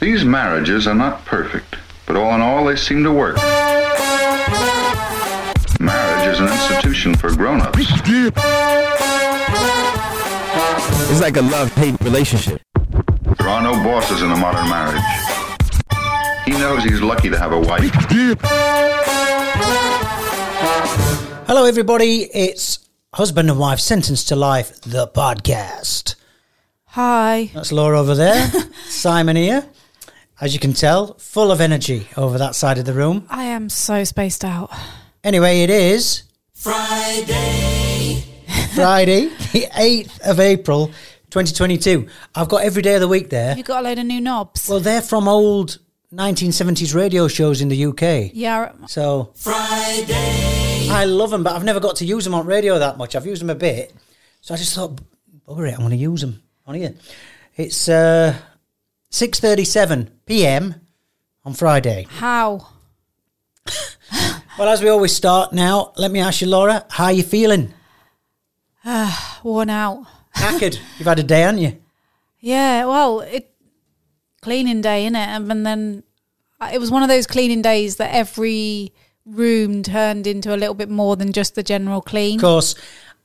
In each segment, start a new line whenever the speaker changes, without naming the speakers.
These marriages are not perfect, but all in all, they seem to work. Marriage is an institution for grown ups.
It's like a love hate relationship.
There are no bosses in a modern marriage. He knows he's lucky to have a wife.
Hello, everybody. It's Husband and Wife Sentenced to Life, the podcast.
Hi.
That's Laura over there. Simon here. As you can tell, full of energy over that side of the room.
I am so spaced out.
Anyway, it is Friday, Friday, the 8th of April, 2022. I've got every day of the week there.
You got a load of new knobs.
Well, they're from old 1970s radio shows in the UK.
yeah.
So Friday. I love them, but I've never got to use them on radio that much. I've used them a bit, so I just thought, bugger it, I'm going to use them on here. It's uh, six thirty-seven p.m. on Friday.
How?
Well, as we always start now, let me ask you, Laura, how you feeling?
Worn out.
Knackered. You've had a day, haven't you?
Yeah. Well, it cleaning day, innit? And, and then I- it was one of those cleaning days that every room turned into a little bit more than just the general clean.
Of course.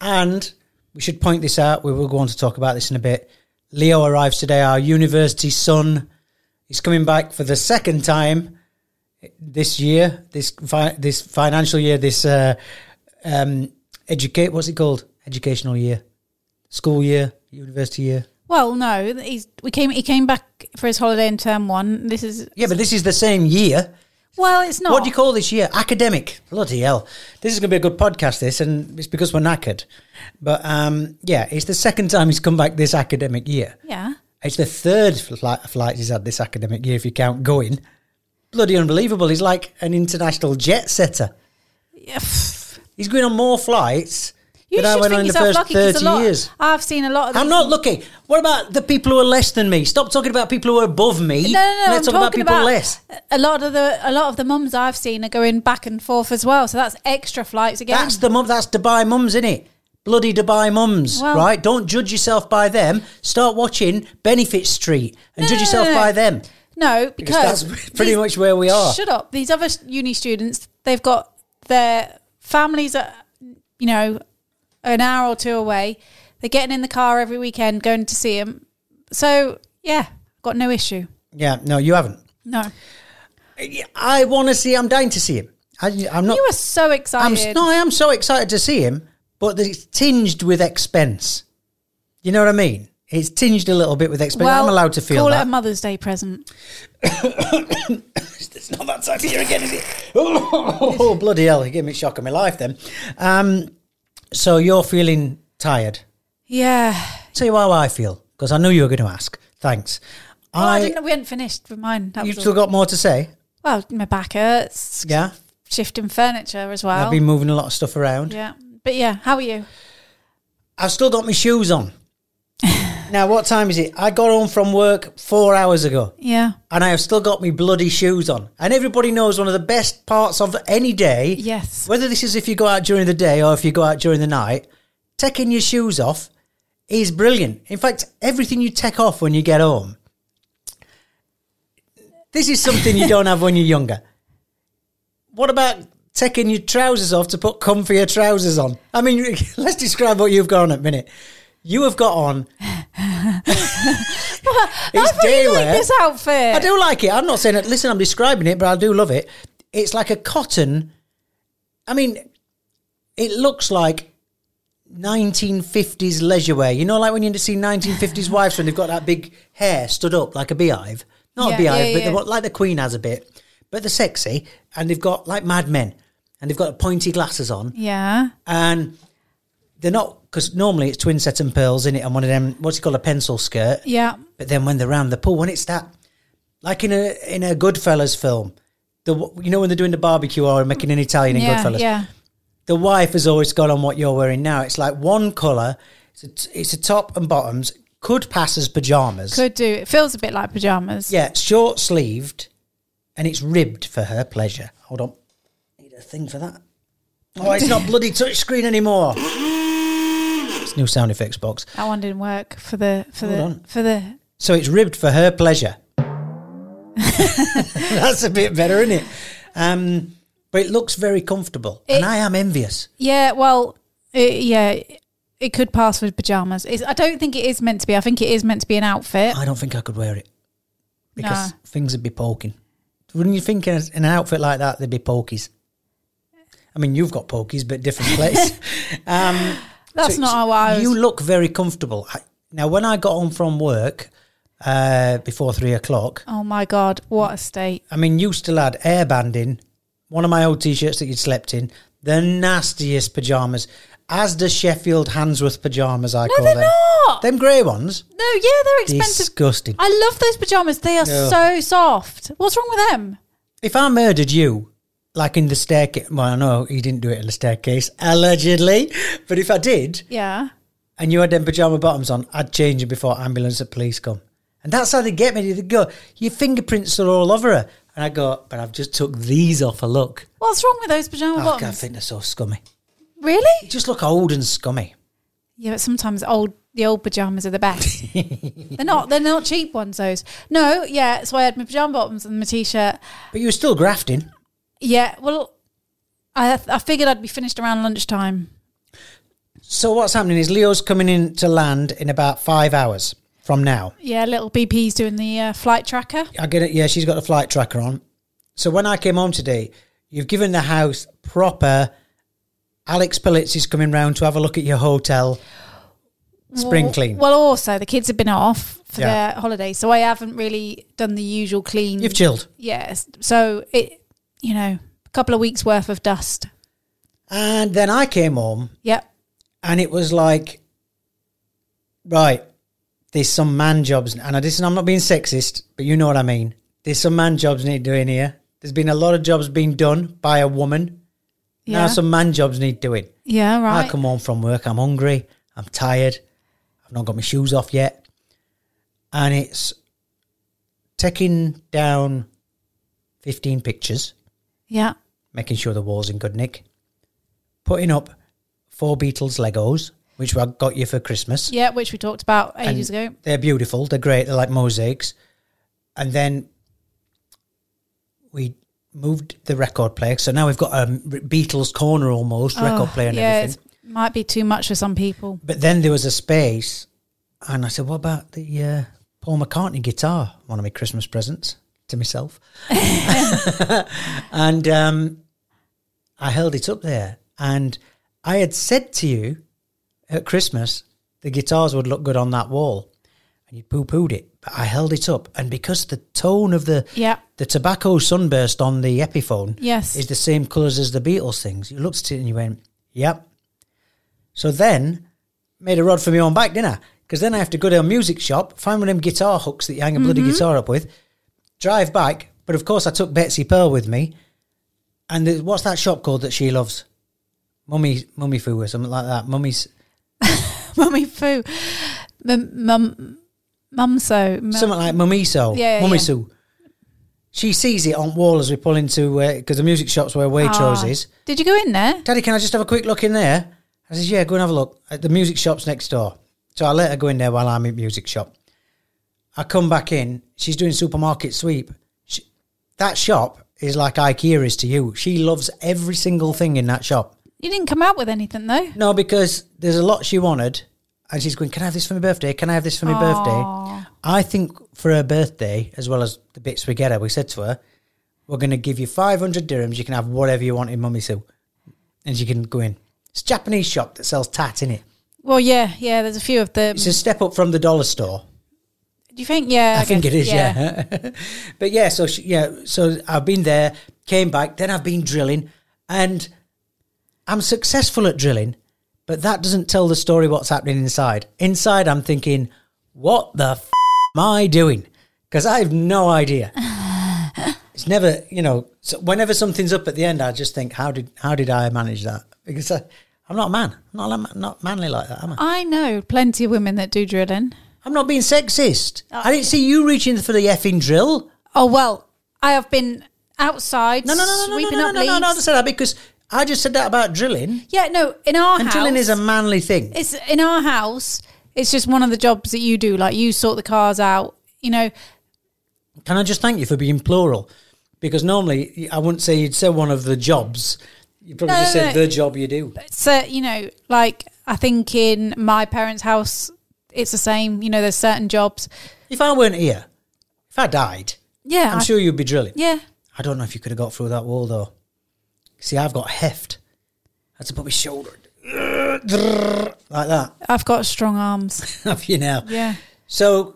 And we should point this out. We will go on to talk about this in a bit. Leo arrives today, our university son. He's coming back for the second time this year, this fi- this financial year, this uh, um, educate. What's it called? Educational year, school year, university year.
Well, no, he's we came he came back for his holiday in term one. This is
Yeah, but this is the same year.
well, it's not.
What do you call this year? Academic. Bloody hell. This is going to be a good podcast, this, and it's because we're knackered. But um, yeah, it's the second time he's come back this academic year.
Yeah.
It's the third flight, flight he's had this academic year, if you count going. Bloody unbelievable. He's like an international jet setter.
Yeah, pff.
He's going on more flights
You
than I
should
went on
think
in the
yourself
first
lucky 'cause
30
a lot.
years.
I've seen a lot of.
I'm
these-
not looking. What about the people who are less than me? Stop talking about people who are above me.
No, no, no.
Let's
I'm
talk about
talking
people less.
A lot of the a lot of the mums I've seen are going back and forth as well. So that's extra flights again.
That's the mum. That's Dubai mums, isn't it? Bloody Dubai mums,
Well-
right? Don't judge yourself by them. Start watching Benefit Street and judge yourself
no, no.
by them.
no
Because
because
that's pretty much where we are.
Shut up. These other uni students, they've got their families are you know an hour or two away. They're getting in the car every weekend, going to see them. So yeah, got no issue.
Yeah, no, you haven't.
No,
I want to see. I'm dying to see him. I, am not.
you were so
I'm,
excited.
no, I am so excited to see him, but it's tinged with expense. You know what I mean? It's tinged a little bit with expense.
Well,
I'm allowed to feel
Call
that.
it a Mother's Day present.
It's not that time of year again, is it? oh, bloody hell. You gave me a shock of my life then. Um, so you're feeling
tired.
Yeah.
Tell you how I feel because I knew you were going to ask. Thanks.
Well, I, didn't. We hadn't finished with mine. That
You've
was
still
all.
got more to say?
Well, my back hurts.
Yeah.
Shifting furniture as well.
I've been moving a lot of stuff around.
yeah. But yeah, how are you?
I've still got my shoes on. now, what time is it? I got home from work four hours ago
Yeah.
and I have still got my bloody shoes on. And everybody knows one of the best parts of any day,
Yes.
whether this is if you go out during the day or if you go out during the night, taking your shoes off is brilliant. In fact, everything you take off when you get home, this is something you don't have when you're younger. What about taking your trousers off to put comfier trousers on? I mean, let's describe what you've got on at a minute. You have got on.
I
it's
really like
daywear.
this outfit.
I do like it. I'm not saying it. Listen, I'm describing it, but I do love it. It's like a cotton. I mean, it looks like 1950s leisure wear. You know, like when you see 1950s wives when they've got that big hair stood up like a beehive. Not
Yeah,
a beehive,
yeah,
but they've
yeah.
got- like the Queen has a bit. But they're sexy, and they've got like Mad Men, and they've got pointy glasses on,
Yeah.
and they're not because normally it's twin set and pearls in it, and one of them what's it called a pencil skirt.
Yeah.
Uh, But then when they're round the pool, when it's that, like in a in a Goodfellas film, the you know when they're doing the barbecue or making an Italian in
Yeah.
Goodfellas,
Yeah.
the wife has always got on what you're wearing now. It's like one color. It's a, t- it's a top and bottoms. Could pass as pajamas.
Could do. It feels a bit like pajamas.
Yeah, it's short sleeved, and it's ribbed for her pleasure. Hold on, need a thing for that. Oh, it's not bloody touchscreen anymore. It's new sound effects box.
That one didn't work for the for
Hold
the
on.
for the
So it's ribbed for her pleasure. That's a bit better, isn't it? Um, but it looks very comfortable, and
It-
I am envious.
Yeah, well, it, yeah, it could pass with pajamas. It's, I don't think it is meant to be. I think it is meant to be an outfit.
I don't think I could wear it because
No.
things would be poking. Wouldn't you think in, a, in an outfit like that there'd be pokies? I mean, you've got pokies, but different place. um,
That's
So-
not
so
how I was.
You look very comfortable. I, now, when I got home from work uh, before three o'clock,
oh my god, what a state!
I mean, you still had airband in one of my old t-shirts that you'd slept in, the nastiest pajamas, as the Sheffield Handsworth pajamas. I
No,
call
they're
them.
not.
Them grey ones,
No, yeah, they're expensive.
disgusting.
I love those pajamas. They are
Ugh.
so soft. What's wrong with them?
if I murdered you, like in the staircase, well, I know you didn't do it in the staircase, allegedly, but if I did,
Yeah,
and you had them pajama bottoms on, I'd change them before ambulance and police come. And that's how they get me. They go, your fingerprints are all over her. And I go, but I've just took these off a look.
what's wrong with those pajama
Oh, God, I
bottoms?
think they're so scummy.
Really?
You just look old and scummy.
Yeah, but sometimes old the old pajamas are the best. they're not. They're not cheap ones. Those. No. Yeah. So I had my pajama bottoms and my t-shirt.
But you were still grafting.
Yeah. Well, I I figured I'd be finished around lunchtime.
So what's happening is Leo's coming in to land in about five hours from now.
Yeah, little BP's doing the uh, flight tracker.
I get it. Yeah, she's got the flight tracker on. So when I came home today, you've given the house proper. Alex Pillitz is coming round to have a look at your hotel. Spring clean.
Well, also the kids have been off for
Yeah.
their holiday, so I haven't really done the usual clean.
You've chilled.
yes. So it, you know, a couple of weeks worth of dust.
And then I came home
Yep.
and it was like, right, there's some man jobs. And I listen, I'm not being sexist, but you know what I mean. There's some man jobs need doing here. There's been a lot of jobs being done by a woman.
Yeah.
Now some man jobs need doing.
yeah. Right.
I come home from work, I'm hungry, I'm tired, I've not got my shoes off yet. And it's taking down 15 pictures,
yeah.
making sure the wall's in good nick, putting up four Beatles Legos, which I got you for Christmas.
Yeah, which we talked about
And
ages ago.
They're beautiful. They're great. They're like mosaics. And then we moved the record player. So now we've got a Beatles corner almost, record player and
Oh, yeah,
everything.
it's- might be too much for some people.
But then there was a space. And I said, what about the uh, Paul McCartney guitar? One of my Christmas presents to myself. and um, I held it up there. And I had said to you at Christmas, the guitars would look good on that wall. And you poo pooed it. But I held it up. And because the tone of the,
Yeah.
the tobacco sunburst on the Epiphone
Yes.
is the same colours as the Beatles things, you looked at it and you went, yep. So then
made a rod for my own back, didn't I? Because then I have to go to a music shop, find one of them guitar hooks that you hang a bloody guitar up with, drive back. But of course, I took Betsy Pearl with me. And there's- what's that shop called that she loves? Mummy, mummy foo or something like that. Mummy's
mummy foo, mum, mum, mum so mum-
something like mummiso.
Yeah, yeah.
mummiso. She sees it on wall as we pull into because the music shop's where Waitrose
Ah.
is.
Did you go in there?
Daddy, can I just have a quick look in there? I says, yeah, go and have a look. Uh, The music shop's next door. So I let her go in there while I'm in music shop. I come back in. She's doing supermarket sweep. She, that shop is like IKEA is to you. She loves every single thing in that shop.
You didn't come out with anything though.
No, because there's a lot she wanted. And she's going, can I have this for my birthday? Can I have this for my birthday? I think for her birthday, as well as the bits we get her, we said to her, we're going to give you 500 dirhams. You can have whatever you want in Mummy Sue. And she can go in. It's a Japanese shop that sells tat, innit?
Well, yeah, yeah. There's a few of them.
It's a step up from the dollar store.
Do you think? Yeah,
I, think
guess,
it is, yeah. but yeah, so she, yeah, so I've been there, came back, then I've been drilling, and I'm successful at drilling, but that doesn't tell the story what's happening inside. Inside, I'm thinking, what the f- am I doing? Because I have no idea. it's never, you know, so whenever something's up at the end, I just think, how did how did I manage that? Because I, I'm not a man, I'm not a man- not manly like that, am I?
I know plenty of women that do drilling.
I'm not being sexist. I didn't see you reaching for the effing drill.
Oh well, I have been outside
No, no, no, no, no,
sweeping
no, no,
up
no, no, no, I
leaves.
just said that because I just said that about drilling.
Yeah, no. In our
And
house,
drilling is a manly thing.
it's in our house. It's just one of the jobs that you do. Like you sort the cars out. You know,
Can I just thank you for being plural? Because normally I wouldn't say you'd say one of the jobs. You probably
No,
just
no,
said
no.
the job you do.
so you know, like I think in my parents' house, it's the same. You know, there's certain jobs.
If I weren't here, if I died,
Yeah,
I'm
I-
sure you'd be drilling.
Yeah,
I don't know if you could have got through that wall though. See, I've got heft. I had to put my shoulder like that.
I've got strong arms.
Have you now?
Yeah.
So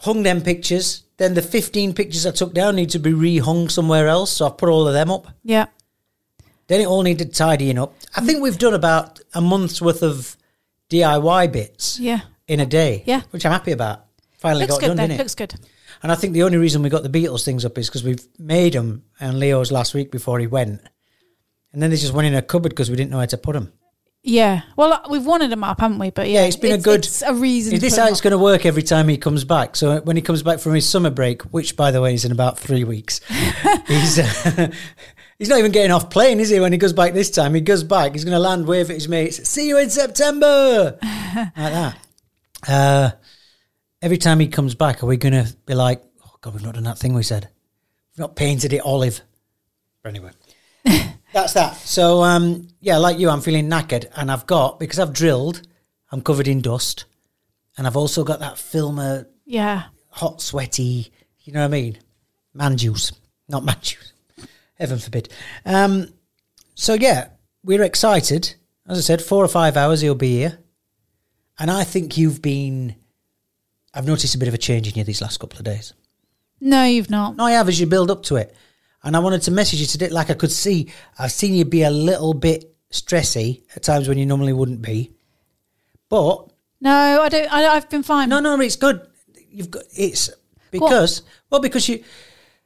hung them pictures. Then the 15 pictures I took down need to be rehung somewhere else. So I've put all of them up.
Yeah.
Then it all needed tidying up. I think we've done about a month's worth of DIY bits
Yeah.
in a day.
Yeah.
Which I'm happy about. Finally
Looks
got done,
good then.
didn't it?
Looks good.
and I think the only reason we got the Beatles things up is because we've made them and Leo's last week before he went. And then they just went in a cupboard because we didn't know where to put them.
Yeah. Well, uh, we've wanted them up, haven't we? But yeah,
Yeah, it's been a good.
It's a reason.
Is this
to put
how
them
it's
up.
going to work every time he comes back? So uh, when he comes back from his summer break, which by the way is in about three weeks, he's uh, he's not even getting off plane, is he? When he goes back this time, he goes back. He's going to land, wave at his mates. See you in September, like that. Uh, every time he comes back, are we going to be like, oh god, we've not done that thing we said, we've not painted it olive. But anyway. That's that. So um, yeah, like you, I'm feeling knackered, and I've got because I've drilled, I'm covered in dust, and I've also got that filmer
Yeah.
hot, sweaty. You know what I mean? Man juice, not man juice. Heaven forbid. Um, so yeah, we're excited. As I said, four or five hours he'll be here, and I think you've been. I've noticed a bit of a change in you these last couple of days.
No, you've not.
No, I have as you build up to it. And I wanted to message you today, like I could see, I've seen you be a little bit stressy at times when you normally wouldn't be. But
No, I don't. I, I've been fine.
no, no, it's good. You've got it's because well, because you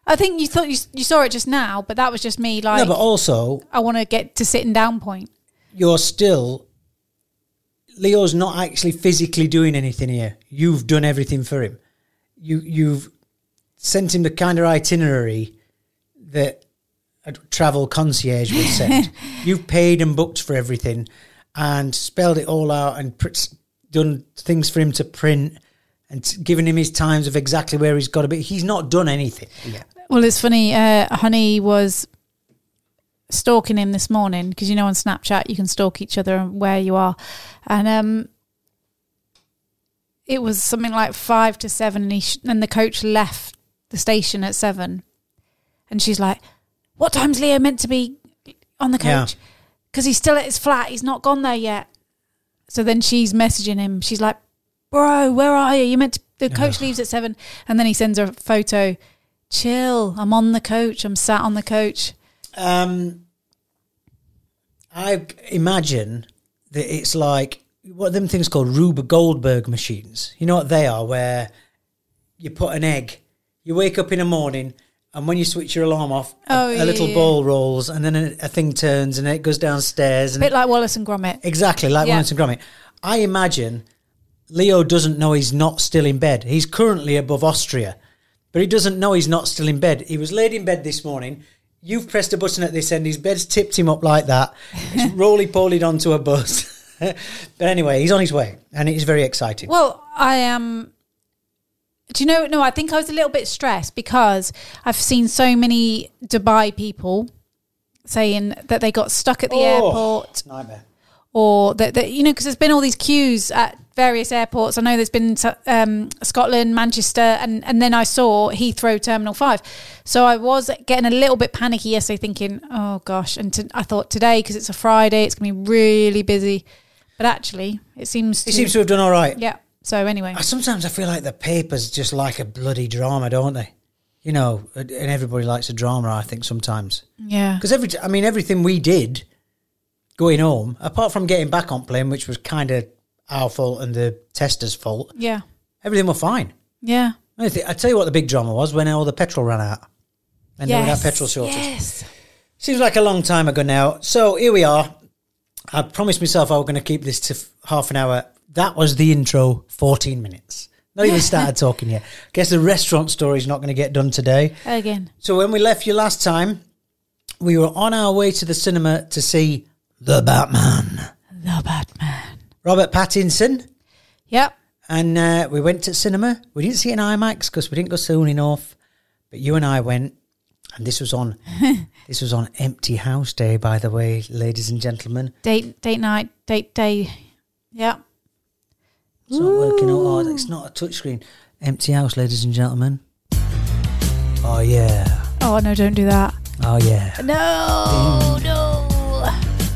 I think you thought you, s- you saw it just now, but that was just me. Like,
no, but also
I want to get to sitting down point.
you're still Leo's not actually physically doing anything here. You've done everything for him. You you've sent him the kind of itinerary that a travel concierge would send. you've paid and booked for everything, and spelled it all out and pr- done things for him to print and t- given him his times of exactly where he's got to be. He's not done anything yet.
Well, it's funny. Uh, Honey was stalking him this morning because you know on Snapchat you can stalk each other and where you are, and um, it was something like five to seven, and, he sh- and the coach left the station at seven, and she's like, "What time's Leo meant to be on the
Yeah.
coach? Because he's still at his flat. He's not gone there yet." So then she's messaging him. She's like, "Bro, where are you? You meant to, the coach leaves at seven, and then he sends her a photo. Chill. I'm on the coach. I'm sat on the coach.
Um, I imagine that it's like what are them things called Rube Goldberg machines. You know what they are? Where you put an egg, you wake up in the morning, and when you switch your alarm off, a-
Oh,
a,
yeah,
little
yeah.
ball rolls, and then a, a thing turns, and it goes downstairs,
A
and
bit
it,
like Wallace and Gromit.
exactly like
Yeah.
Wallace and Gromit. I imagine Leo doesn't know he's not still in bed. He's currently above Austria, but he doesn't know he's not still in bed. He was laid in bed this morning. You've pressed a button at this end. His bed's tipped him up like that. He's roly polied onto a bus. but anyway, he's on his way, and it is very exciting.
Well, I am. Do you know? No, I think I was a little bit stressed because I've seen so many Dubai people saying that they got stuck at the airport
Oh, Nightmare.
or that, that you know, because there's been all these queues at various airports. I know there's been um, Scotland, Manchester, and and then I saw Heathrow Terminal Five. So I was getting a little bit panicky yesterday, thinking, "Oh gosh!" And to, I thought today because it's a Friday, it's going to be really busy. But actually, it seems to,
He seems to have done all right.
yeah. So anyway,
I- Sometimes I feel like the papers just like a bloody drama, don't they? You know, and and everybody likes a drama. I think sometimes
yeah.
because every, t- I mean, everything we did going home, apart from getting back on plane, which was kind of our fault and the tester's fault,
Yeah.
everything were fine.
Yeah.
I thi- I tell you what, the big drama was when all the petrol ran out, and there were no petrol shortages.
Yes.
Seems like a long time ago now. So here we are. I promised myself I was going to keep this to f- half an hour. That was the intro, 14 minutes. Not even started talking yet. Guess the restaurant story is not going to get done today.
Again.
So when we left you last time, we were on our way to the cinema to see The Batman.
The Batman.
Robert Pattinson.
Yep.
And uh, we went to cinema. We didn't see it in IMAX because we didn't go soon enough. But you and I went, and this was on this was on Empty House Day, by the way, ladies and gentlemen.
Date date night, date day. Yep.
It's not working out hard. It's not a touchscreen. Empty House, ladies and gentlemen. Oh yeah,
Oh no, don't do that.
oh yeah.
No. No.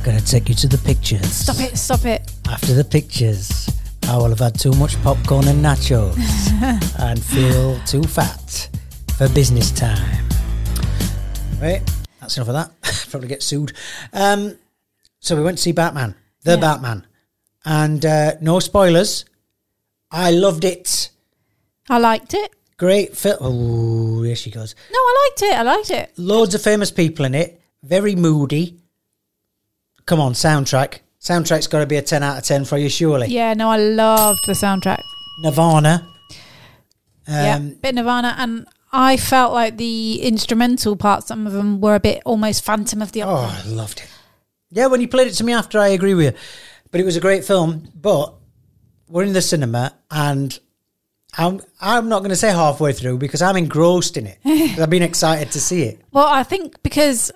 Gonna take you to the pictures.
Stop it. Stop it.
After the pictures, I will have had too much popcorn and nachos and feel too fat for business time. Right, that's enough of that. Probably get sued. Um, so we went to see Batman, the Batman, and uh, no spoilers. I loved it.
I liked it.
Great film. Oh, here she goes.
No, I liked it. I liked it.
Loads of famous people in it. Very moody. Come on, soundtrack. Soundtrack's got to be a ten out of ten for you, surely.
Yeah. No, I loved the soundtrack.
Nirvana. Um,
yeah. Bit Nirvana and. I felt like the instrumental parts, some of them were a bit almost Phantom of the Opera.
Oh, I loved it. Yeah, when you played it to me after, I agree with you. But it was a great film. But we're in the cinema, and I'm I'm not going to say halfway through because I'm engrossed in it. 'Cause I've been excited to see it.
Well, I think because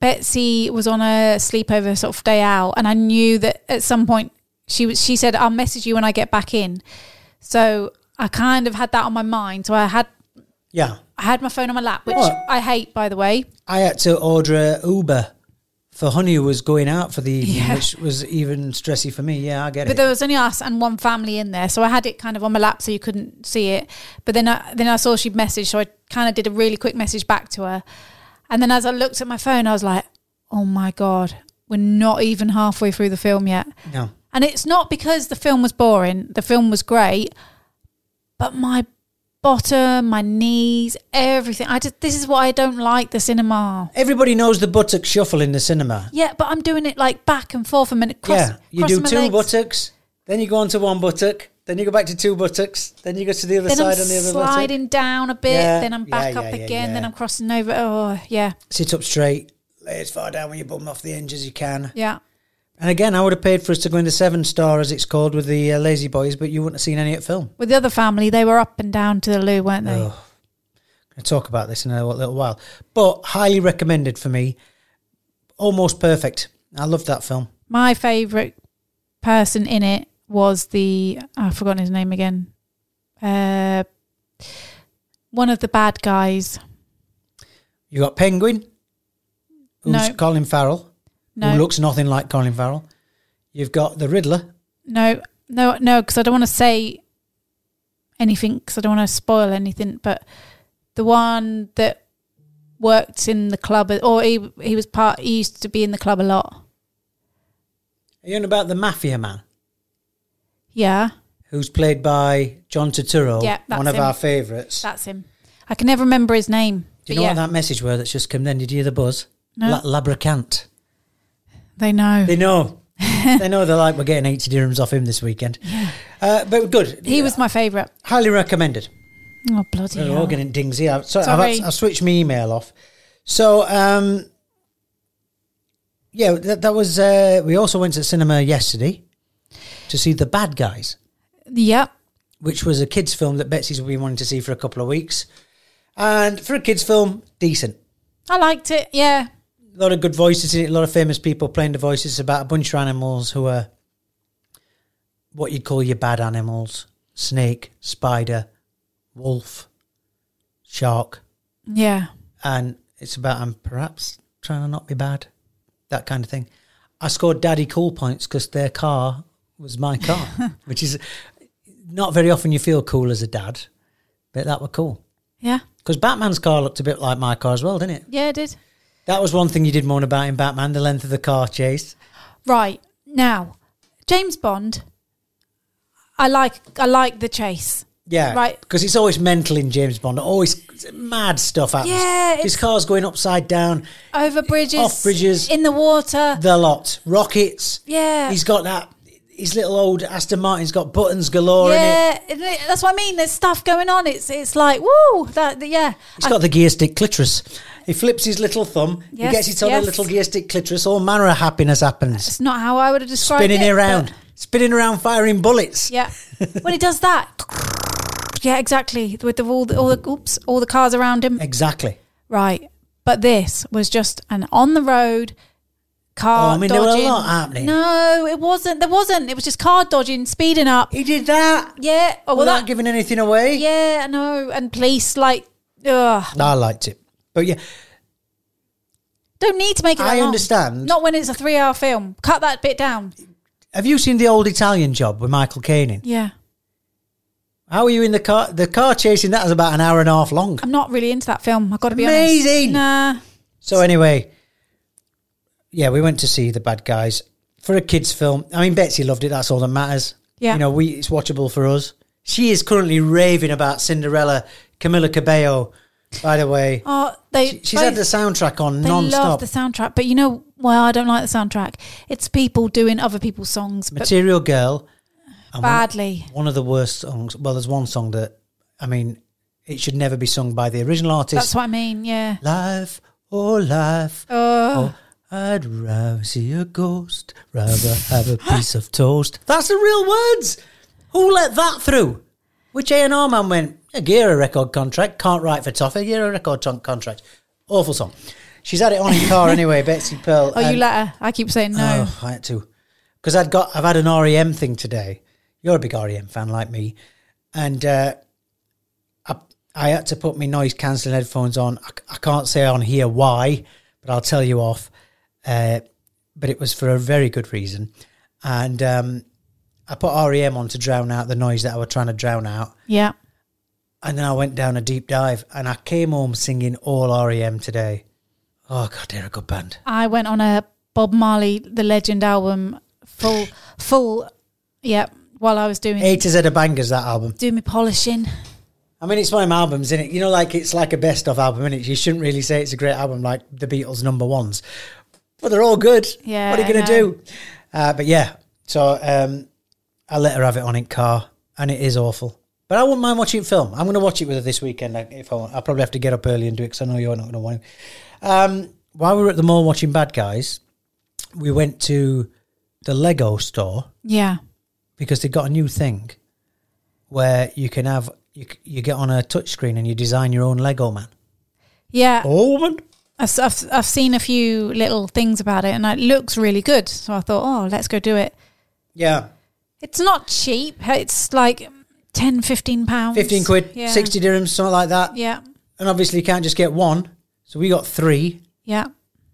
Betsy was on a sleepover sort of day out, and I knew that at some point she was. She said, "I'll message you when I get back in." So I kind of had that on my mind. So I had
Yeah,
I had my phone on my lap, which
What?
I hate, by the way.
I had to order a Uber for Honey, who was going out for the evening,
Yeah.
which was even stressy for me. Yeah, I get
But
it.
there was only us and one family in there, so I had it kind of on my lap, so you couldn't see it. But then I then I saw she'd messaged, so I kind of did a really quick message back to her. And then as I looked at my phone, I was like, "Oh my god, we're not even halfway through the film yet."
no,
And it's not because the film was boring, the film was great, but my bottom, my knees, everything. I just this is why I don't like the cinema.
everybody knows the buttock shuffle in the cinema.
Oh. Yeah, but I'm doing it like back and forth a minute. Cross,
yeah, you do
crossing my legs.
two buttocks, then you go on to one buttock, then you go back to two buttocks, then you go to the other
Then I'm
side on the other
sliding
buttock.
down a bit.
Yeah,
Then I'm back
yeah,
up
yeah, yeah,
again. Then
yeah.
I'm crossing over. Oh yeah,
Sit up straight, lay as far down with your bum off the hinge as you can.
yeah.
And again, I would have paid for us to go into seven star, as it's called, with the uh, Lazy Boys, but you wouldn't have seen any at film.
With the other family, they were up and down to the loo, weren't they?
Oh, going to talk about this in a little while, but highly recommended for me. Almost perfect. I loved that film.
My favourite person in it was the I've forgotten his name again. Uh, one of the bad guys.
You got Penguin, who's
No.
Colin Farrell,
No,
who looks nothing like Colin Farrell. You've got the Riddler.
no, no, no. Because I don't want to say anything. Because I don't want to spoil anything. But the one that worked in the club, or he he was part. He used to be in the club a lot.
Are you on about the Mafia Man?
Yeah,
who's played by John Turturro,
Yeah, that's
one of
him.
our favourites.
that's him. I can never remember his name.
Do
But
you know
yeah,
what that message were that's just come then? Did you hear the buzz?
No.
La- Labracant.
they know.
They know. they know they're like, we're getting 80 dirhams off him this weekend. Uh, but good.
he was my favourite.
Highly recommended.
Oh bloody
We're
hell.
all getting dings here. Sorry, I've,
Sorry.
had- I've switched my email off. So, um, yeah, that, that was. Uh, we also went to the cinema yesterday to see The Bad Guys,
Yep.
which was a kids' film that Betsy's been wanting to see for a couple of weeks. And for a kids' film, decent.
I liked it. Yeah.
A lot of good voices in it. A lot of famous people playing the voices about a bunch of animals who are what you'd call your bad animals: snake, spider, wolf, shark.
Yeah.
and it's about I'm perhaps trying to not be bad, that kind of thing. I scored daddy cool points because their car was my car, which is not very often you feel cool as a dad, but that were cool.
Yeah.
Because Batman's car looked a bit like my car as well, didn't it?
Yeah, it did.
That was one thing you did moan about in Batman, the length of the car chase.
Right. Now, James Bond. I like I like the chase.
Yeah,
Right.
Because it's always mental in James Bond. Always mad stuff happens.
Yeah,
his
it's-
car's going upside down.
Over bridges.
Off bridges.
In the water.
the lot. Rockets.
Yeah.
He's got that. His little old Aston Martin's got buttons galore in it.
yeah, isn't it? that's what I mean. There's stuff going on. It's it's like woo. That that- yeah.
He's got the gear stick clitoris. He flips his little thumb.
Yes,
he gets his other
yes.
little gear stick clitoris. All manner of happiness happens.
It's not how I would have described
Spinning
it. but-
around. Spinning around, firing bullets.
Yeah. when he does that. Yeah, exactly. With the, all the all the oops, all the cars around him.
Exactly.
Right. But this was just an on the road car
Oh, I mean, there were a
dodging.
lot happening.
No, it wasn't. There wasn't. It was just car dodging, speeding up.
He did that
Yeah. Oh, well,
without
that.
giving anything away.
yeah, I know. And police, like, ugh.
I liked it. But yeah,
Don't need to make it. that
I
long.
understand.
Not when it's a three-hour film. Cut that bit down.
have you seen the old Italian job with Michael Caine in?
Yeah,
How are you in the car? The car chasing that was about an hour and a half long.
I'm not really into that film. I've got to be
Amazing.
honest. Nah.
So anyway, yeah, we went to see the bad guys for a kids' film. I mean, Betsy loved it. That's all that matters.
Yeah.
you know, we it's watchable for us. She is currently raving about Cinderella, Camilla Cabello. By the way,
Oh, they.
She- she's had the
both-
soundtrack on
They
non-stop.
love the soundtrack, but you know why I don't like the soundtrack? It's people doing other people's songs, but
Material Girl, and one-
badly.
One, of the worst songs. Well, there's one song that I mean, it should never be sung by the original artist.
That's what I mean. Yeah.
Life, oh life,
Oh,
Oh, I'd rather see a ghost, rather have a piece of toast. That's the real words. Who let that through? Which A and R man went? Agira record contract can't write for Toffee. Agira record ton- contract. Awful song. She's had it on in car anyway. Betsy Pearl.
oh, you
and-
let her. I keep saying no.
Oh, I had to because I'd got I've had an REM thing today. You're a big REM fan like me, and uh, I I had to put my noise cancelling headphones on. I, c- I can't say on here why, but I'll tell you off. Uh, but it was for a very good reason, and um, I put REM on to drown out the noise that I was trying to drown out.
Yeah.
And then I went down a deep dive, and I came home singing all REM today. Oh God, they're a good band.
I went on a Bob Marley The Legend album full full yeah, while I was doing
A to Z of bangers that album.
doing my polishing.
I mean, it's one of my albums, isn't it? You know, like it's like a best of album, is it? You shouldn't really say it's a great album like the Beatles' number ones, but they're all good.
Yeah,
What are you
I
going to
know.
do? Uh, but yeah, so um, I let her have it on in car, and it is awful. But I wouldn't mind watching film. I'm going to watch it with her this weekend like, if I want. I'll probably have to get up early and do it because I know you're not going to want to. Um, while we were at the mall watching Bad Guys, we went to the Lego store
Yeah.
because they've got a new thing where you can have you, c- you get on a touch screen and you design your own Lego man
Yeah.
or woman.
I've, s- I've, I've seen a few little things about it and it looks really good. So I thought, oh, let's go do it.
Yeah,
It's not cheap. It's like 10, 15 pounds.
fifteen quid,
Yeah.
sixty dirhams, something like that.
Yeah.
And obviously you can't just get one, so we got three.
Yeah.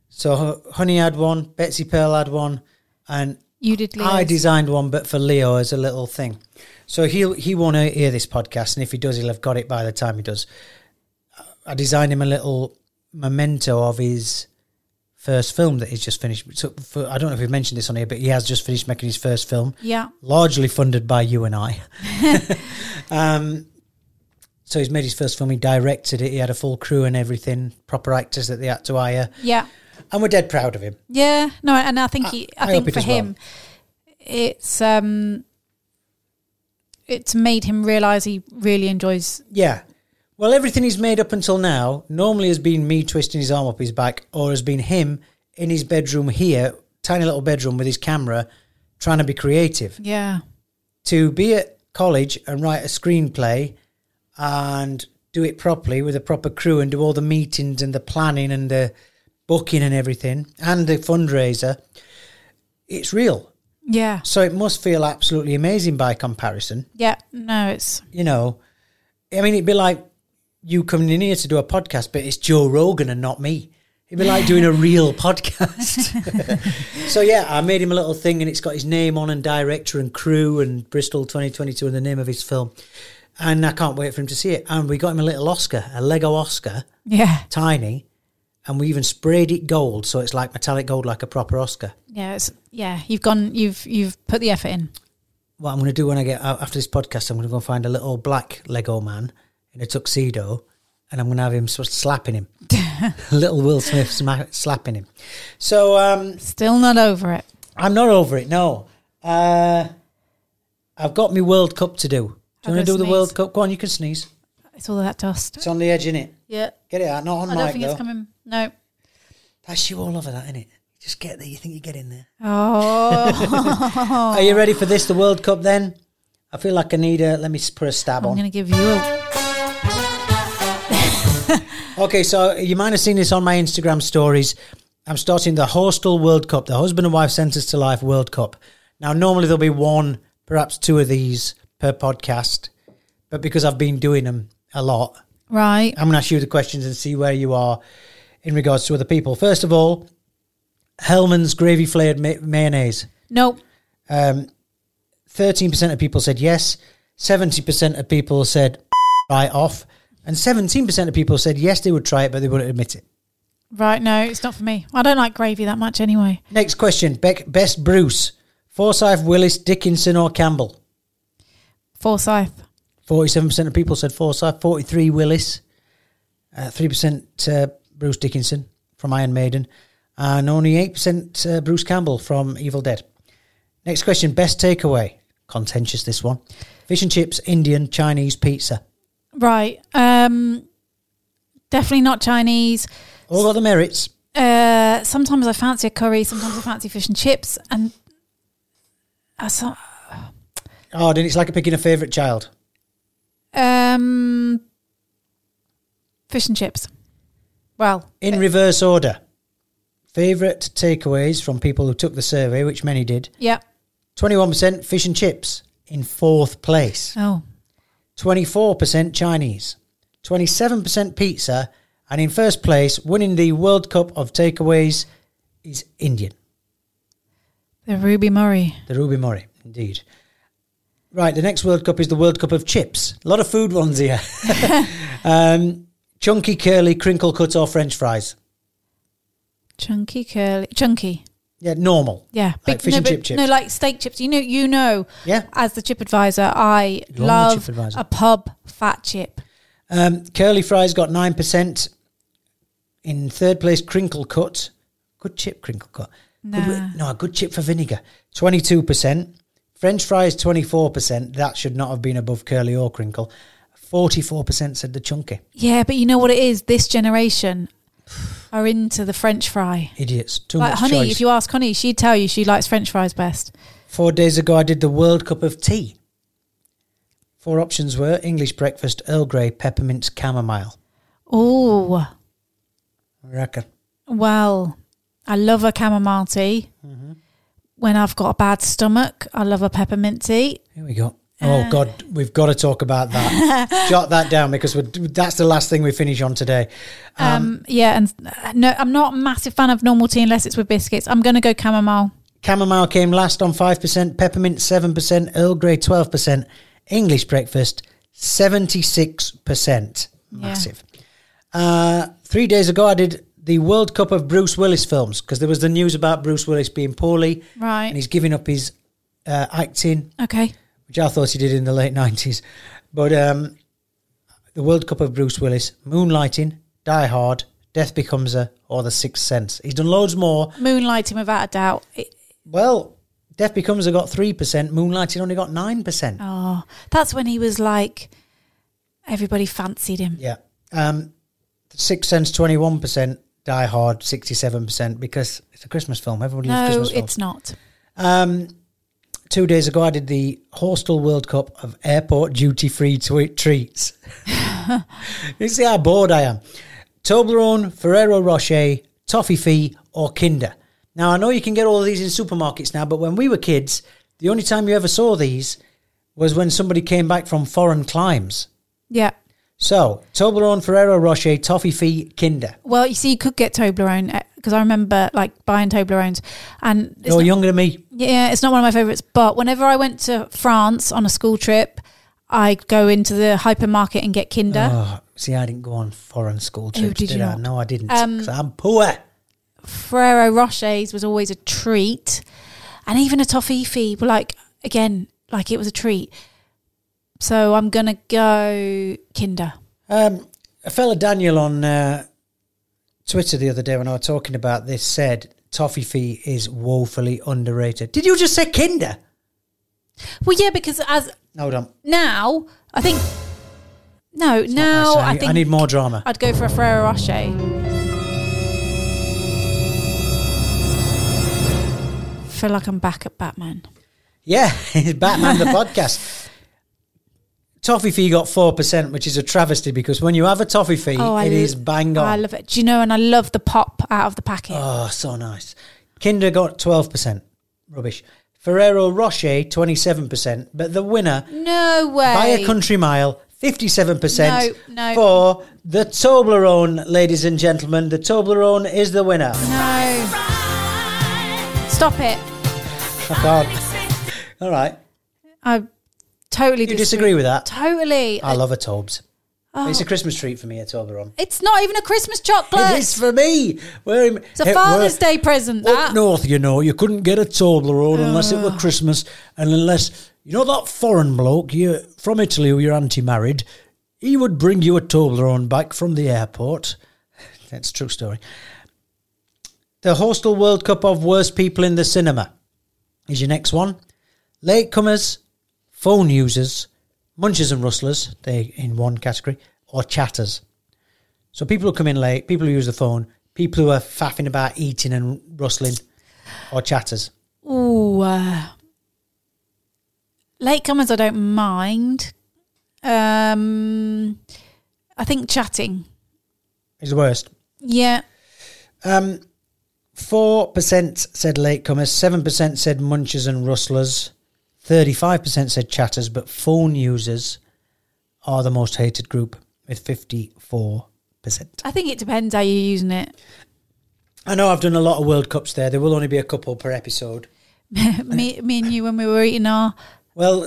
So H- Honey had one, Betsy Pearl had one, and
You did Leo's.
I designed one, but for Leo as a little thing. So he'll he won't hear this podcast, and if he does, he'll have got it by the time he does. I designed him a little memento of his first film that he's just finished. So for, I don't know if we've mentioned this on here, but he has just finished making his first film,
Yeah.
largely funded by you and I. um, so he's made his first film. He directed it. He had a full crew and everything, proper actors that they had to hire,
Yeah.
and we're dead proud of him.
Yeah. No, and I think he,
I
I,
hope
think
it
for
does well.
him, it's um, it's made him realize he really enjoys.
Yeah. Well, everything he's made up until now normally has been me twisting his arm up his back or has been him in his bedroom here, tiny little bedroom with his camera, trying to be creative.
Yeah.
To be at college and write a screenplay and do it properly with a proper crew and do all the meetings and the planning and the booking and everything and the fundraiser, it's real.
Yeah.
So it must feel absolutely amazing by comparison
Yeah. No, it's
you know, I mean, it'd be like you coming in here to do a podcast, but it's Joe Rogan and not me. It'd be like doing a real podcast. so yeah, I made him a little thing, and it's got his name on and director and crew and Bristol 2022 and the name of his film. And I can't wait for him to see it. And we got him a little Oscar, a Lego Oscar,
yeah.
tiny, and we even sprayed it gold, so it's like metallic gold, like a proper Oscar.
Yeah. It's yeah. You've gone. You've you've put the effort in.
what I'm going to do when I get out after this podcast, I'm going to go and find a little black Lego man in a tuxedo, and I'm going to have him sort of slapping him, little Will Smith sma- slapping him. So um,
Still not over it.
I'm not over it. No, uh, I've got my World Cup to do. Do
I'll
you want to
go
do the
sneeze.
World Cup? Go on, you can sneeze.
It's all that dust.
It's on the edge, is it?
Yeah.
Get it out, not on
I don't
mic
think
though.
it's coming. No.
That's you all over that, isn't it? Just get there. You think you get in there?
Oh.
Are you ready for this? The World Cup then? I feel like I need a. Let me s- put a stab
I'm
on.
going to give you a.
Okay, so you might have seen this on my Instagram stories. I'm starting the Hostel World Cup, the Husband and Wife Sentenced to Life World Cup. Now, normally there'll be one, perhaps two of these per podcast, but because I've been doing them a lot,
Right.
I'm going to ask you the questions and see where you are in regards to other people. First of all, Hellman's gravy flavored ma- mayonnaise.
Nope.
Um, 13% of people said yes, 70% of people said right off, and 17% of people said yes, they would try it, but they wouldn't admit it.
Right. No, it's not for me. I don't like gravy that much anyway.
Next question. Bec- best Bruce. Forsyth, Willis, Dickinson or Campbell?
Forsyth.
47% of people said Forsyth. 43 Willis. Uh, 3% uh, Bruce Dickinson from Iron Maiden. And only 8% uh, Bruce Campbell from Evil Dead. Next question. Best takeaway. Contentious this one. Fish and chips, Indian, Chinese, pizza.
Right. Um. Definitely not Chinese.
All got the merits.
Uh, sometimes I fancy a curry. Sometimes I fancy fish and chips. And I saw,
Oh, then it's like picking a favourite child.
um, fish and chips. Well, uh,
In reverse order. Favourite takeaways from people who took the survey, which many did.
yeah.
21% fish and chips in fourth place.
Oh,
24% Chinese. 27% pizza. And in first place, winning the World Cup of takeaways is Indian,
the Ruby Murray.
the Ruby Murray, indeed. Right, the next World Cup is the World Cup of chips. A lot of food ones here. um, chunky, curly, crinkle cut or French fries.
Chunky, curly, chunky.
Yeah, normal.
Yeah,
Like fish
no,
and chip chips.
No, like steak chips. You know, you know.
Yeah.
As the chip advisor, I
You are the
love
chip advisor.
a pub fat chip.
Um, curly fries got nine percent. In third place, crinkle cut, good chip, crinkle cut. Good wi-
Nah.
no, a good chip for vinegar, twenty-two percent. French fries, twenty-four percent. That should not have been above curly or crinkle. Forty-four percent said the chunky
Yeah, but you know what it is. This generation are into the French fry.
idiots. Too
Like
much
honey,
choice.
if you ask honey, she'd tell you she likes French fries best.
Four days ago, I did the World Cup of tea. Four options were English breakfast, Earl Grey, peppermint, chamomile.
Oh,
I reckon.
well, I love a chamomile tea.
Mm-hmm.
When I've got a bad stomach, I love a peppermint tea. Uh,
Here we go. Oh God, we've got to talk about that. Jot that down because we're, that's the last thing we finish on today.
Um, yeah, and uh, no, I'm not a massive fan of normal tea unless it's with biscuits. I'm going to go chamomile.
Chamomile came last on five percent, peppermint seven percent, Earl Grey twelve percent, English breakfast seventy six percent, massive. Uh, three days ago, I did the World Cup of Bruce Willis films because there was the news about Bruce Willis being poorly
Right.
and he's giving up his uh, acting,
okay.
which I thought he did in the late nineties. But um, the World Cup of Bruce Willis, Moonlighting, Die Hard, Death Becomes Her, or The Sixth Sense. He's done loads more.
Moonlighting without a doubt. It,
Well, Death Becomes Her got three percent. Moonlighting only got nine percent.
oh, that's when he was like, everybody fancied him.
Yeah. Um, Sixth Sense, twenty one percent. Die Hard, sixty seven percent because it's a Christmas film. Everybody loves
no,
Christmas films.
it's not.
Um, two days ago, I did the Hostel World Cup of airport duty free twe- treats. you see how bored I am. Toblerone, Ferrero Rocher, Toffee Fee, or Kinder. Now, I know you can get all of these in supermarkets now, but when we were kids, the only time you ever saw these was when somebody came back from foreign climes.
Yeah.
So, Toblerone, Ferrero Rocher, Toffee Fee, Kinder.
Well, you see, you could get Toblerone because I remember like buying Toblerones, and it's
You're
not-
younger than me.
Yeah, it's not one of my favourites, but whenever I went to France on a school trip, I go into the hypermarket and get Kinder.
Oh, see, I didn't go on foreign school trips,
Oh, did
did,
you
I?
not? Um,
No, I didn't. 'cause I'm poor.
Ferrero Rocher's was always a treat, and even a toffee fee were like again, like it was a treat. So I'm gonna go Kinder.
Um, a fella Daniel on uh, Twitter the other day when I was talking about this said toffee fee is woefully underrated. Did you just say Kinder?
Well, yeah, because as
Hold on.
now I think no,
That's
now
how
I
you-
think
I need more drama.
I'd go for a Ferrero Rocher. Feel like I'm back at Batman.
Yeah, it's Batman the podcast. Toffee fee got four percent, which is a travesty because when you have a toffee fee, it is
Oh, I lo-
bang on.
I love it. Do you know? And I love the pop out of the packet.
Oh, so nice. Kinder got twelve percent. Rubbish. Ferrero Rocher twenty-seven percent, but the winner
no way.
by a country mile, 57%
No, no.
for the Toblerone, ladies and gentlemen. The Toblerone is the winner.
No. Stop it.
Fuck off. All right.
I totally
You disagree with that?
Totally.
I love a Tobes. It's a Christmas treat for me, a Toblerone.
Oh. it's not even a Christmas chocolate.
It is for me. We're in,
It's a Father's Day present.
Up
That. Ah.
north, you know, you couldn't get a Toblerone unless it were Christmas, and unless you know that foreign bloke you from Italy who you're anti-married, he would bring you a Toblerone back from the airport. That's a true story. The Hostel World Cup of worst people in the cinema is your next one. Latecomers, phone users, munchers and rustlers. They in one category or chatters. So people who come in late, people who use the phone, people who are faffing about eating and rustling or chatters.
Ooh. Uh, latecomers, I don't mind. Um, I think chatting.
is the worst.
Yeah.
Um, four percent said latecomers, seven percent said munchers and rustlers, thirty-five percent said chatters, but phone users are the most hated group with fifty-four percent.
I think it depends how you're using it.
I know I've done a lot of World Cups there. There will only be a couple per episode.
me, me and you, when we were eating our
Well,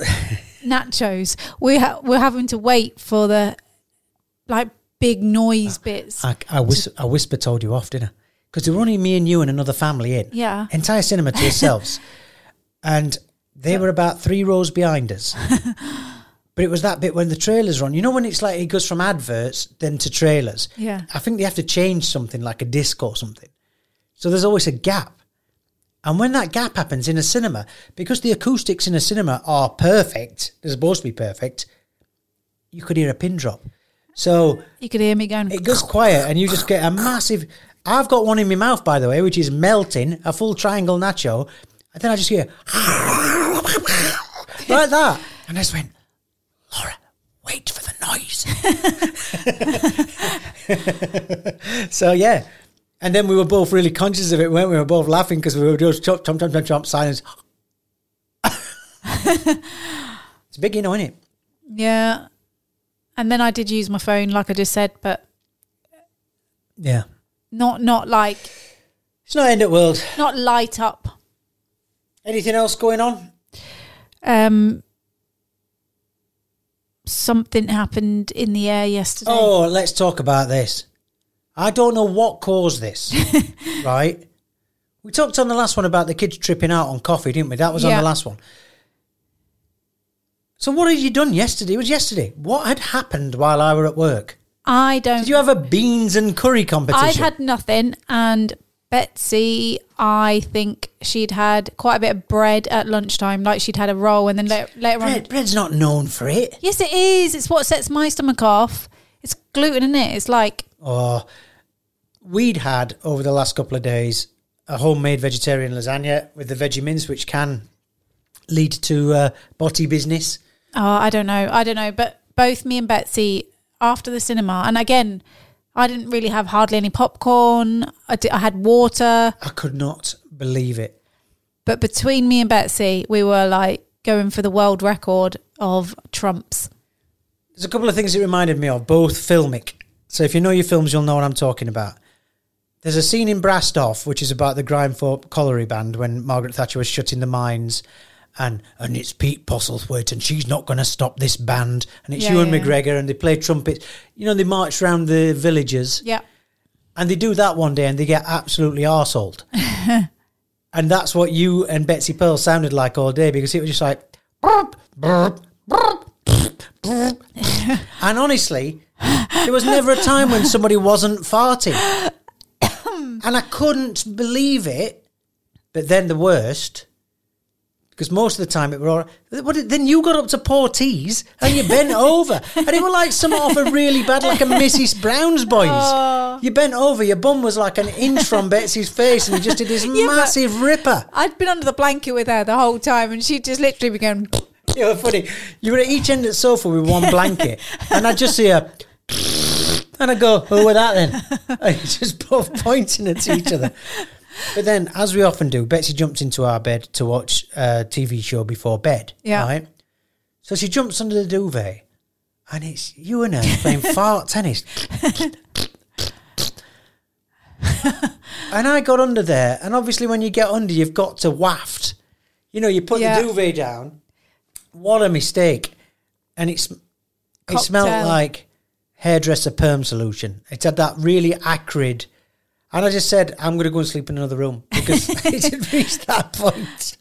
nachos. We ha- we're having to wait for the like big noise bits.
I, I, whis- I whisper told you off, didn't I? Because there were only me and you and another family in.
Yeah.
Entire cinema to yourselves. and they were about three rows behind us. but it was that bit when the trailers are on. You know when it's like it goes from adverts then to trailers?
Yeah.
I think they have to change something like a disc or something. So there's always a gap. And when that gap happens in a cinema, because the acoustics in a cinema are perfect, they're supposed to be perfect, you could hear a pin drop. So
you could hear me going.
it goes quiet, and you just get a massive. I've got one in my mouth, by the way, which is melting a full triangle nacho, and then I just hear like that, and I just went, Laura, wait for the noise. so yeah, and then we were both really conscious of it, weren't we? We were both laughing because we were just chomp, chomp, chomp, chomp, chomp, silence. it's a big, you know, isn't it?
yeah. And then I did use my phone, like I just said, but
Yeah,
not not like
it's not end of world.
not light up.
Anything else going on?
Um, something happened in the air yesterday.
Oh, let's talk about this. I don't know what caused this, right? We talked on the last one about the kids tripping out on coffee, didn't we? That was on
Yeah.
the last one. So what had you done yesterday? It was yesterday. What had happened while I were at work?
I don't.
Did you have a beans and curry competition?
I'd had nothing, and Betsy, I think she'd had quite a bit of bread at lunchtime. Like she'd had a roll, and then la- later
bread.
on,
Bread's not known for it.
yes, it is. It's what sets my stomach off. It's gluten in it. It's like
Or Oh, we'd had over the last couple of days a homemade vegetarian lasagna with the veggie mince, which can lead to uh, body business.
oh, I don't know, I don't know. But both me and Betsy after the cinema, and again, I didn't really have hardly any popcorn. I, di- I had water,
I could not believe it.
but between me and Betsy, we were like going for the world record of trumps.
There's a couple of things it reminded me of, both filmic. So if you know your films, you'll know what I'm talking about. There's a scene in Brassed Off, which is about the Grindthorpe Colliery Band when Margaret Thatcher was shutting the mines. And, and it's Pete Postlethwaite, and she's not going to stop this band. And it's
Yeah,
Ewan
yeah, yeah.
McGregor, and they play trumpets. You know, they march round the villages,
Yeah.
and they do that one day, and they get absolutely arseholed. and that's what you and Betsy Pearl sounded like all day because it was just like, burp, burp, burp, burp. and honestly, there was never a time when somebody wasn't farting. and I couldn't believe it. But then the worst, because most of the time it were all right. What, did- then you got up to poor teas and you bent over. And it were like some off a really bad, like a Mrs. Brown's boys.
Oh.
You bent over, your bum was like an inch from Betsy's face and you just did this
Yeah, but-
massive ripper.
I'd been under the blanket with her the whole time, and she'd just literally be going.
You were funny. You were at each end of the sofa with one blanket, and I just see her, and I go, "Who were that then?" And you just both pointing at each other. But then, as we often do, Betsy jumps into our bed to watch a TV show before bed.
Yeah.
Right. So she jumps under the duvet, and it's you and her playing fart tennis. and I got under there, and obviously, when you get under, you've got to waft. You know, you put
Yeah.
the duvet down. What a mistake! And it's it smelled
Cocktail.
like hairdresser perm solution. It had that really acrid. And I just said, I'm going to go and sleep in another room because it had reached that point.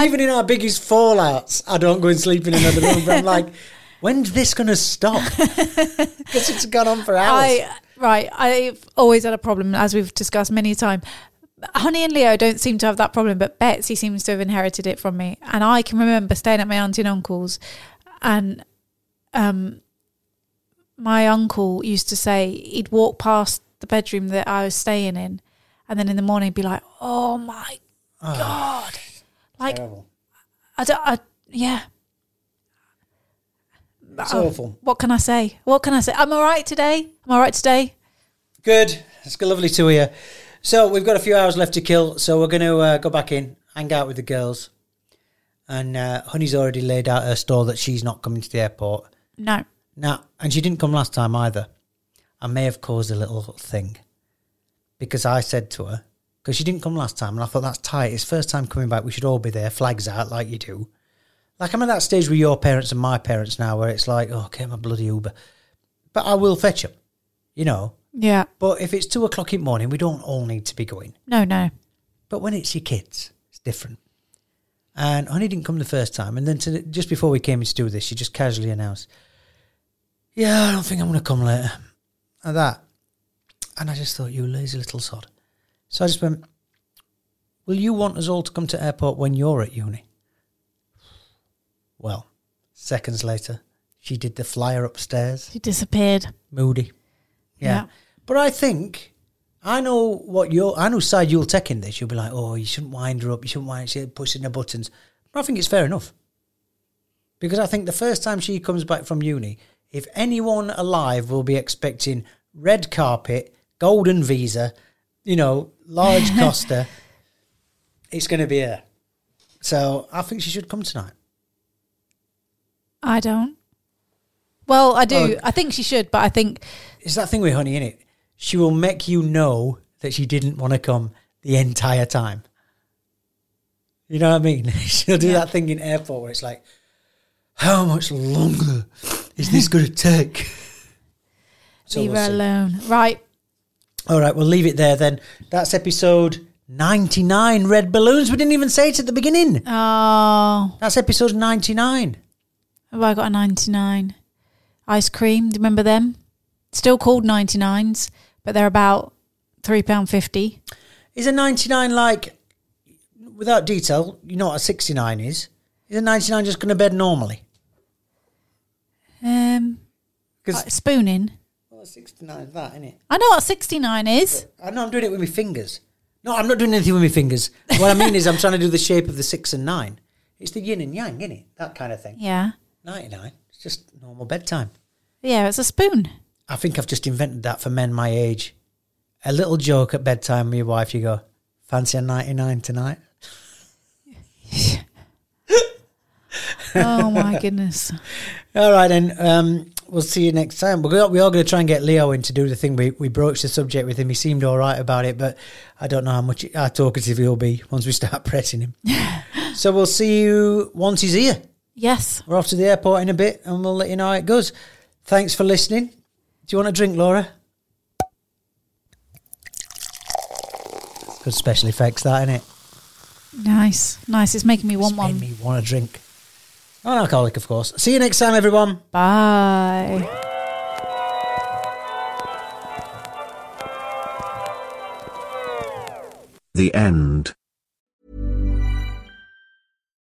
Even in our biggest fallouts, I don't go and sleep in another room. But I'm like, when's this going to stop? Because it's gone on for hours.
I right. I've always had a problem, as we've discussed many a time. Honey and Leo don't seem to have that problem, but Betsy seems to have inherited it from me. And I can remember staying at my auntie and uncle's, and um, my uncle used to say he'd walk past the bedroom that I was staying in, and then in the morning he'd be like, "Oh my god!" Like
Ah, Terrible.
I don't. I, yeah.
It's
Um,
awful.
What can I say? What can I say? I'm all right today. I'm all right today.
Good. It's good- lovely to hear. So we've got a few hours left to kill. So we're going to uh, go back in, hang out with the girls. And uh, Honey's already laid out her stall that she's not coming to the airport.
No.
Now, and she didn't come last time either. I may have caused a little thing because I said to her, because she didn't come last time, and I thought that's tight. It's first time coming back. We should all be there, flags out like you do. Like I'm at that stage with your parents and my parents now, where it's like, oh, okay, my bloody Uber, but I will fetch them, you know.
Yeah.
But if it's two o'clock in the morning, we don't all need to be going.
No, no.
But when it's your kids, it's different. And Honey didn't come the first time. And then to, just before we came in to do this, she just casually announced, Yeah, I don't think I'm going to come later. And that. And I just thought, You lazy little sod. So I just went, Will you want us all to come to airport when you're at uni? Well, seconds later, she did the flyer upstairs
She disappeared.
moody. Yeah.
Yeah.
But I think I know what your I know side you'll take in this. You'll be like, oh, you shouldn't wind her up. You shouldn't wind. She's pushing her buttons. But I think it's fair enough because I think the first time she comes back from uni, if anyone alive will be expecting red carpet, golden visa, you know, large Costa, it's going to be her. So I think she should come tonight.
I don't. Well, I do.
Oh.
I think she should, but I think
It's that thing with honey, in it? She will make you know that she didn't want to come the entire time. You know what I mean? She'll do that thing in airport where it's like, how much longer is this going to take? So
leave
we'll
her
see.
alone. Right.
All right, we'll leave it there then. That's episode 99 Red Balloons. We didn't even say it at the beginning.
Oh,
That's episode 99.
have I got a 99? Ice cream, do you remember them? Still called 99s, but they're about £3.50.
Is a 99 like, without detail, you know what a 69 is? Is a 99 just going to bed normally?
Um,
Because
like spooning.
well, a 69 is that, isn't it?
I know what 69 is.
I know I'm doing it with my fingers. No, I'm not doing anything with my fingers. What I mean is I'm trying to do the shape of the six and nine. It's the yin and yang, isn't it? That kind of thing.
Yeah.
99. It's just normal bedtime.
Yeah, it's a spoon.
I think I've just invented that for men my age. A little joke at bedtime with your wife, you go, fancy a 99 tonight?
Oh my goodness.
All right, then. Um, we'll see you next time. We're go- we are going to try and get Leo in to do the thing. We, we broached the subject with him. He seemed all right about it, but I don't know how much how talkative he'll be once we start pressing him. so we'll see you once he's here.
Yes.
We're off to the airport in a bit and we'll let you know how it goes. Thanks for listening. Do you want a drink, Laura? Good special effects, that, innit?
Nice. Nice. It's making me want
It's
one.
made me want a drink. Unalcoholic, of course. See you next time, everyone.
Bye.
The end.